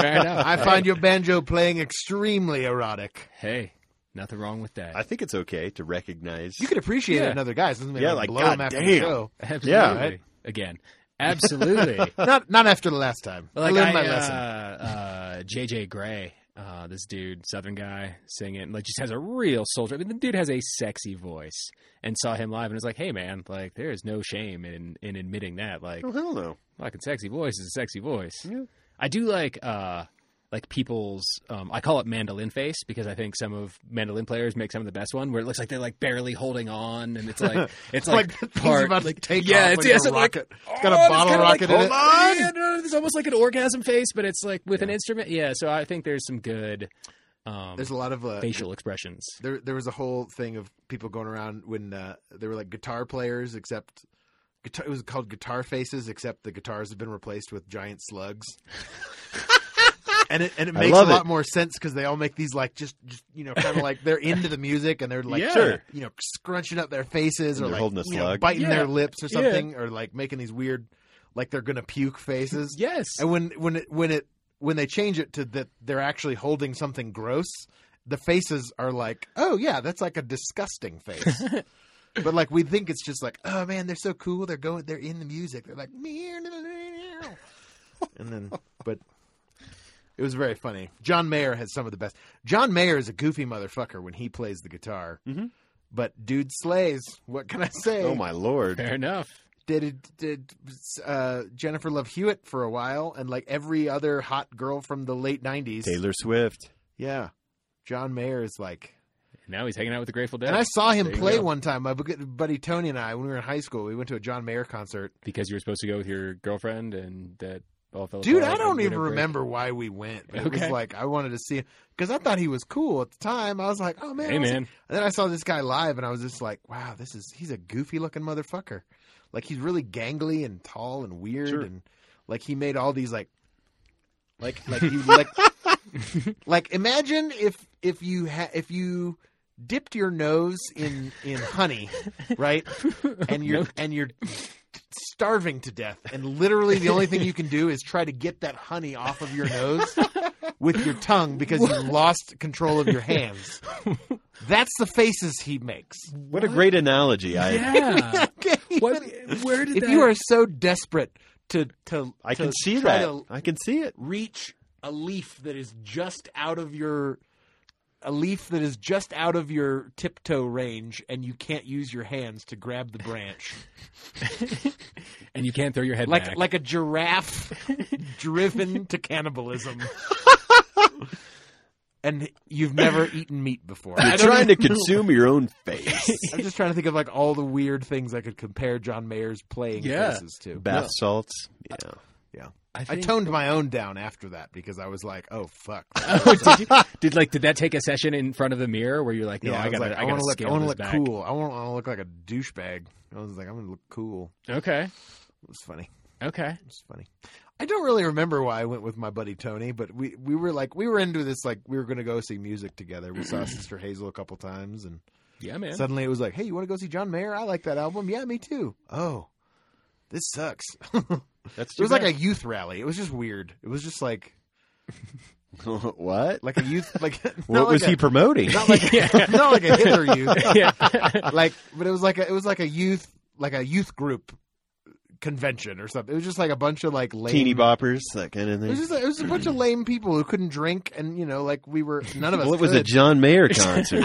Speaker 3: fair enough.
Speaker 1: I find your banjo playing extremely erotic.
Speaker 3: Hey, nothing wrong with that.
Speaker 2: I think it's okay to recognize.
Speaker 1: You can appreciate
Speaker 3: Yeah.
Speaker 1: it in other guys. Doesn't mean
Speaker 2: Yeah,
Speaker 1: I
Speaker 2: like,
Speaker 1: blow 'em
Speaker 2: God
Speaker 1: after the
Speaker 2: damn.
Speaker 1: show.
Speaker 3: Absolutely.
Speaker 1: right?
Speaker 3: Again, absolutely.
Speaker 1: Not not after the last time. I
Speaker 3: Like
Speaker 1: learned
Speaker 3: I,
Speaker 1: my
Speaker 3: uh,
Speaker 1: lesson.
Speaker 3: uh, JJ Gray, uh, this dude, Southern guy, singing, like just has a real soldier. I mean, the dude has a sexy voice, and saw him live, and was like, "Hey, man, like there is no shame in in admitting that. Like,
Speaker 2: Oh hell no!
Speaker 3: fucking sexy voice is a sexy voice."
Speaker 2: Yeah.
Speaker 3: I do like uh like people's um, I call it mandolin face because I think some of mandolin players make some of the best one where it looks like they're like barely holding on, and it's like it's like,
Speaker 1: like, the
Speaker 3: part
Speaker 1: part, about to take off
Speaker 3: yeah, it's-
Speaker 1: when
Speaker 3: yeah,
Speaker 1: your
Speaker 3: so, like,
Speaker 1: rocket. it's got a bottle
Speaker 3: kinda
Speaker 1: rocket
Speaker 3: like,
Speaker 1: in it.
Speaker 3: hold on! Yeah, It's almost like an orgasm face, but it's like with an
Speaker 1: Yeah.
Speaker 3: instrument. Yeah, so I think there's some good um,
Speaker 1: There's a lot of uh,
Speaker 3: facial expressions.
Speaker 1: there there was a whole thing of people going around when uh, they were like guitar players, except guitar, it was called guitar faces, except the guitars have been replaced with giant slugs. and it and it
Speaker 2: I
Speaker 1: makes a
Speaker 2: love it.
Speaker 1: lot more sense because they all make these like just, just you know kind of like they're into the music and they're like
Speaker 3: Yeah.
Speaker 2: Sure.
Speaker 1: you know scrunching up their faces
Speaker 2: And
Speaker 1: or
Speaker 2: they're
Speaker 1: like
Speaker 2: holding a
Speaker 1: you know,
Speaker 2: slug.
Speaker 1: biting
Speaker 3: Yeah.
Speaker 1: their lips or
Speaker 3: Yeah.
Speaker 1: something or like making these weird like they're gonna puke faces.
Speaker 3: Yes,
Speaker 1: And when when it when it when they change it to that they're actually holding something gross, the faces are like, oh yeah, that's like a disgusting face. but like we think it's just like, oh man, they're so cool. They're going, they're in the music. They're like, meow, meow, meow. and then but. It was very funny. John Mayer has some of the best. John Mayer is a goofy motherfucker when he plays the guitar,
Speaker 2: Mhm.
Speaker 1: but dude slays. What can I say?
Speaker 2: Oh my lord!
Speaker 3: fair enough.
Speaker 1: did did uh, Jennifer Love Hewitt for a while, and like every other hot girl from the late '90s.
Speaker 2: Taylor Swift.
Speaker 1: Yeah, John Mayer is like,
Speaker 3: Now he's hanging out with the Grateful Dead.
Speaker 1: and I saw him
Speaker 3: There you
Speaker 1: play
Speaker 3: go.
Speaker 1: one time. My bu- buddy Tony and I, when we were in high school, we went to a John Mayer concert.
Speaker 3: because you were supposed to go with your girlfriend, and that all fell.
Speaker 1: Dude,
Speaker 3: apart
Speaker 1: I don't
Speaker 3: and we
Speaker 1: even
Speaker 3: had a break.
Speaker 1: remember why we went. But It
Speaker 3: Okay.
Speaker 1: was like I wanted to see him because I thought he was cool at the time. I was like, oh man,
Speaker 3: Hey,
Speaker 1: I was-
Speaker 3: man,
Speaker 1: And then I saw this guy live, and I was just like, "Wow, this is—he's a goofy-looking motherfucker. Like he's really gangly and tall and weird,
Speaker 2: Sure.
Speaker 1: and like he made all these like, like like you like, like imagine if if you ha- if you dipped your nose in in honey, right? And you're and you're starving to death, and literally the only thing you can do is try to get that honey off of your nose with your tongue because you lost control of your hands. That's the faces he makes.
Speaker 2: What, a great analogy! I
Speaker 3: yeah. what? Where did
Speaker 1: If
Speaker 3: that?
Speaker 1: you are so desperate to to
Speaker 2: I
Speaker 1: to
Speaker 2: can see
Speaker 1: try
Speaker 2: that.
Speaker 1: to
Speaker 2: I can see it.
Speaker 1: reach a leaf that is just out of your a leaf that is just out of your tiptoe range and you can't use your hands to grab the branch.
Speaker 3: and you can't throw your head
Speaker 1: like
Speaker 3: back.
Speaker 1: like a giraffe driven to cannibalism. and you've never eaten meat before. I
Speaker 2: You're
Speaker 1: don't
Speaker 2: trying to
Speaker 1: even know.
Speaker 2: consume your own face.
Speaker 1: I'm just trying to think of like all the weird things I could compare John Mayer's playing
Speaker 3: Yeah.
Speaker 1: faces to.
Speaker 2: Bath salts. Yeah.
Speaker 1: I
Speaker 3: think-
Speaker 1: toned my own down after that because I was like, "Oh fuck!"
Speaker 3: Oh, did, you, did like did that take a session in front of the mirror where you're like, no,
Speaker 1: yeah, I,
Speaker 3: I
Speaker 1: was
Speaker 3: gotta,
Speaker 1: like,
Speaker 3: I
Speaker 1: want
Speaker 3: gotta
Speaker 1: to look, I
Speaker 3: scale
Speaker 1: want to
Speaker 3: this
Speaker 1: look
Speaker 3: back.
Speaker 1: cool. I want to look like a douchebag. I was like, "I'm going to look cool."
Speaker 3: Okay,
Speaker 1: It was funny.
Speaker 3: okay.
Speaker 1: It was funny. I don't really remember why I went with my buddy Tony, but we we were like we were into this like we were going to go see music together. We saw Sister Hazel a couple times, and
Speaker 3: Yeah, man.
Speaker 1: suddenly it was like, "Hey, you want to go see John Mayer? I like that album. Yeah, me too." Oh, this sucks.
Speaker 2: That's
Speaker 1: It was like a youth rally. It was just weird. It was just like
Speaker 2: a what?
Speaker 1: like a youth like not
Speaker 2: What
Speaker 1: like
Speaker 2: was
Speaker 1: a,
Speaker 2: he promoting?
Speaker 1: not like
Speaker 3: Yeah.
Speaker 1: not like a Hitler youth
Speaker 3: yeah.
Speaker 1: like but it was like a, it was like a youth like a youth group convention or something. It was just like a bunch of like lame
Speaker 2: Teeny boppers, that kind of
Speaker 1: It
Speaker 2: thing.
Speaker 1: was just like- it was a bunch of lame people who couldn't drink and you know like we were none of us.
Speaker 2: well, it was a
Speaker 1: could.
Speaker 2: John Mayer concert.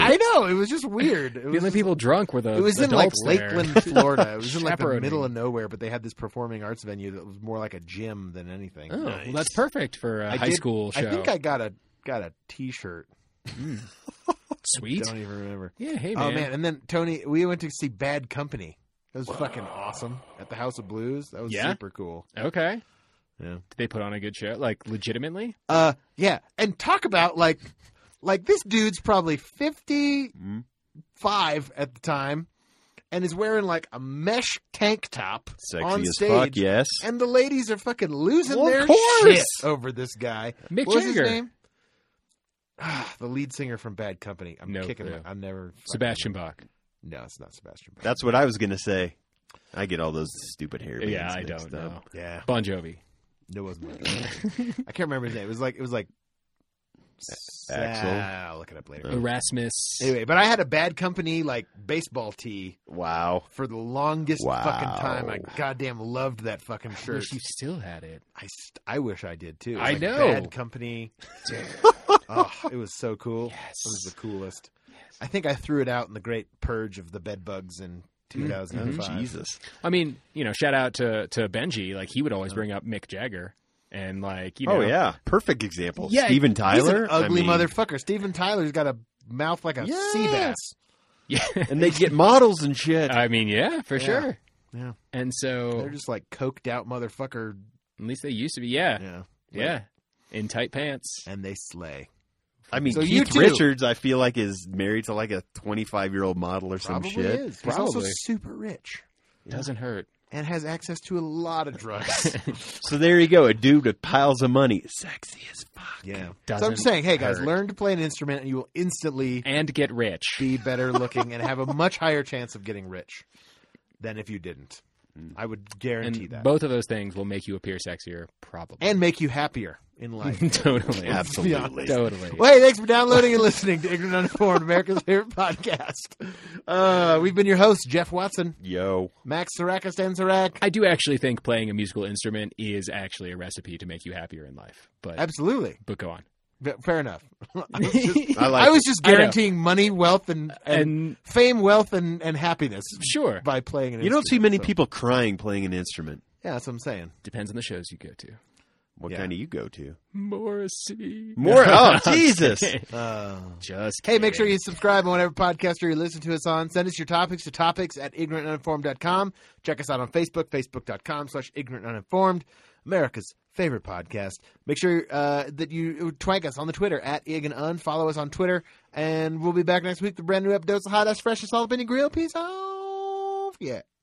Speaker 1: I know it was just weird. It
Speaker 3: the
Speaker 1: was
Speaker 3: only
Speaker 1: just-
Speaker 3: people drunk were the
Speaker 1: it was in like
Speaker 3: adults there.
Speaker 1: Lakeland, Florida. It was in like the
Speaker 3: Chaperoning.
Speaker 1: middle of nowhere, but they had this performing arts venue that was more like a gym than anything.
Speaker 3: Oh, well, that's perfect for a
Speaker 1: I
Speaker 3: high
Speaker 1: did-
Speaker 3: school show.
Speaker 1: I think I got a got a T-shirt.
Speaker 3: Sweet.
Speaker 1: Don't even remember.
Speaker 3: Yeah, hey man.
Speaker 1: Oh man! And then Tony, we went to see Bad Company. That was fucking awesome at the House of Blues. That was
Speaker 3: Yeah?
Speaker 1: super cool.
Speaker 3: Okay.
Speaker 1: Yeah.
Speaker 3: Did they put on a good show? Like legitimately?
Speaker 1: Uh, yeah. And talk about like, like this dude's probably fifty
Speaker 2: Mhm.
Speaker 1: five at the time, and is wearing like a mesh tank top
Speaker 2: Sexy
Speaker 1: on
Speaker 2: as
Speaker 1: stage.
Speaker 2: fuck, yes.
Speaker 1: And the ladies are fucking losing
Speaker 2: Well, of
Speaker 1: their
Speaker 2: course.
Speaker 1: shit over this guy.
Speaker 3: Mick
Speaker 1: What was his
Speaker 3: Jagger.
Speaker 1: name? Ah, the lead singer from Bad Company. I'm
Speaker 3: No
Speaker 1: kicking.
Speaker 3: clue.
Speaker 1: My, I'm never fucking-
Speaker 3: Sebastian Bach.
Speaker 1: No, it's not Sebastian. Bach.
Speaker 2: That's what I was gonna say. I get all those stupid hair. bands
Speaker 3: Yeah, I
Speaker 2: mixed
Speaker 3: don't know.
Speaker 2: up.
Speaker 1: yeah.
Speaker 3: Bon Jovi.
Speaker 1: It wasn't. Like I can't remember his name. It was like it was like
Speaker 2: Axel?
Speaker 1: Ah, I'll look it up later.
Speaker 2: Uh.
Speaker 3: Erasmus.
Speaker 1: Anyway, but I had a bad company like baseball tee
Speaker 2: Wow.
Speaker 1: for the longest
Speaker 2: Wow.
Speaker 1: fucking time. I goddamn loved that fucking
Speaker 3: I
Speaker 1: shirt.
Speaker 3: wish you still had it.
Speaker 1: I, st- I wish I did too.
Speaker 3: I
Speaker 1: Like,
Speaker 3: know.
Speaker 1: Bad company. oh, it was so cool.
Speaker 3: Yes.
Speaker 1: It was the coolest. I think I threw it out in the great purge of the bed bugs in 2005.
Speaker 2: Mm-hmm. Oh, Jesus.
Speaker 3: I mean, you know, shout out to to Benji. Like he would always bring up Mick Jagger, and like you know,
Speaker 2: Oh yeah. Perfect example.
Speaker 3: Yeah,
Speaker 2: Steven
Speaker 1: He's
Speaker 2: Tyler.
Speaker 1: an ugly
Speaker 2: I mean,
Speaker 1: motherfucker. Steven Tyler's got a mouth like a
Speaker 2: Yeah.
Speaker 1: sea bass.
Speaker 3: yeah.
Speaker 2: And they get models and shit.
Speaker 3: I mean, yeah, for
Speaker 1: Yeah.
Speaker 3: sure.
Speaker 1: Yeah.
Speaker 3: And so,
Speaker 2: Oh.
Speaker 1: They're just like coked out motherfucker.
Speaker 3: at least they used to be. Yeah,
Speaker 1: Yeah.
Speaker 3: yeah, in tight pants.
Speaker 1: And they slay.
Speaker 2: I mean
Speaker 1: So you
Speaker 2: Keith
Speaker 1: too.
Speaker 2: Richards, I feel like is married to like a twenty five year old model or some
Speaker 1: Probably
Speaker 2: shit.
Speaker 1: is. He's also
Speaker 3: Probably.
Speaker 1: super rich
Speaker 3: Doesn't hurt.
Speaker 1: and has access to a lot of drugs.
Speaker 2: So there you go, a dude with piles of money. Sexy as fuck.
Speaker 1: yeah. so I'm
Speaker 3: Doesn't
Speaker 1: saying, hey guys,
Speaker 3: hurt.
Speaker 1: learn to play an instrument and you will instantly
Speaker 3: And get rich.
Speaker 1: be better looking and have a much higher chance of getting rich than if you didn't. I would guarantee
Speaker 3: And
Speaker 1: that.
Speaker 3: both of those things will make you appear sexier, probably.
Speaker 1: and make you happier in life.
Speaker 3: totally,
Speaker 2: Absolutely.
Speaker 3: totally.
Speaker 1: Well, hey, thanks for downloading and listening to Ignorant Uninformed, America's favorite podcast. Uh, we've been your hosts, Jeff Watson,
Speaker 2: Yo.
Speaker 1: Max Sarakis, and Sarak.
Speaker 3: I do actually think playing a musical instrument is actually a recipe to make you happier in life. But
Speaker 1: Absolutely.
Speaker 3: but go on.
Speaker 1: But Fair enough. I was just,
Speaker 2: I like
Speaker 1: I was just
Speaker 3: I know.
Speaker 1: guaranteeing money, wealth, and, and,
Speaker 3: And
Speaker 1: fame, wealth, and, and happiness
Speaker 3: sure,
Speaker 1: by playing an
Speaker 2: You don't see
Speaker 1: instrument,
Speaker 2: many
Speaker 1: so-
Speaker 2: people crying playing an instrument.
Speaker 1: Yeah, that's what I'm saying.
Speaker 3: depends on the shows you go to.
Speaker 2: What
Speaker 1: Yeah.
Speaker 2: kind of you go to?
Speaker 3: Morrissey.
Speaker 2: More oh
Speaker 3: I'm
Speaker 2: Jesus.
Speaker 3: kidding.
Speaker 1: Uh,
Speaker 3: Just
Speaker 1: Hey, make sure
Speaker 3: kidding.
Speaker 1: you subscribe on whatever podcaster you listen to us on. Send us your topics to topics at ignorantuninformed.com. Check us out on Facebook, facebook.com slash ignorantuninformed, America's favorite podcast. Make sure uh, that you twag us on the Twitter at ig and un. Follow us on Twitter, and we'll be back next week with a brand new episode of Hot Ass Fresh and Jalapeno Grill. Peace off. Yeah.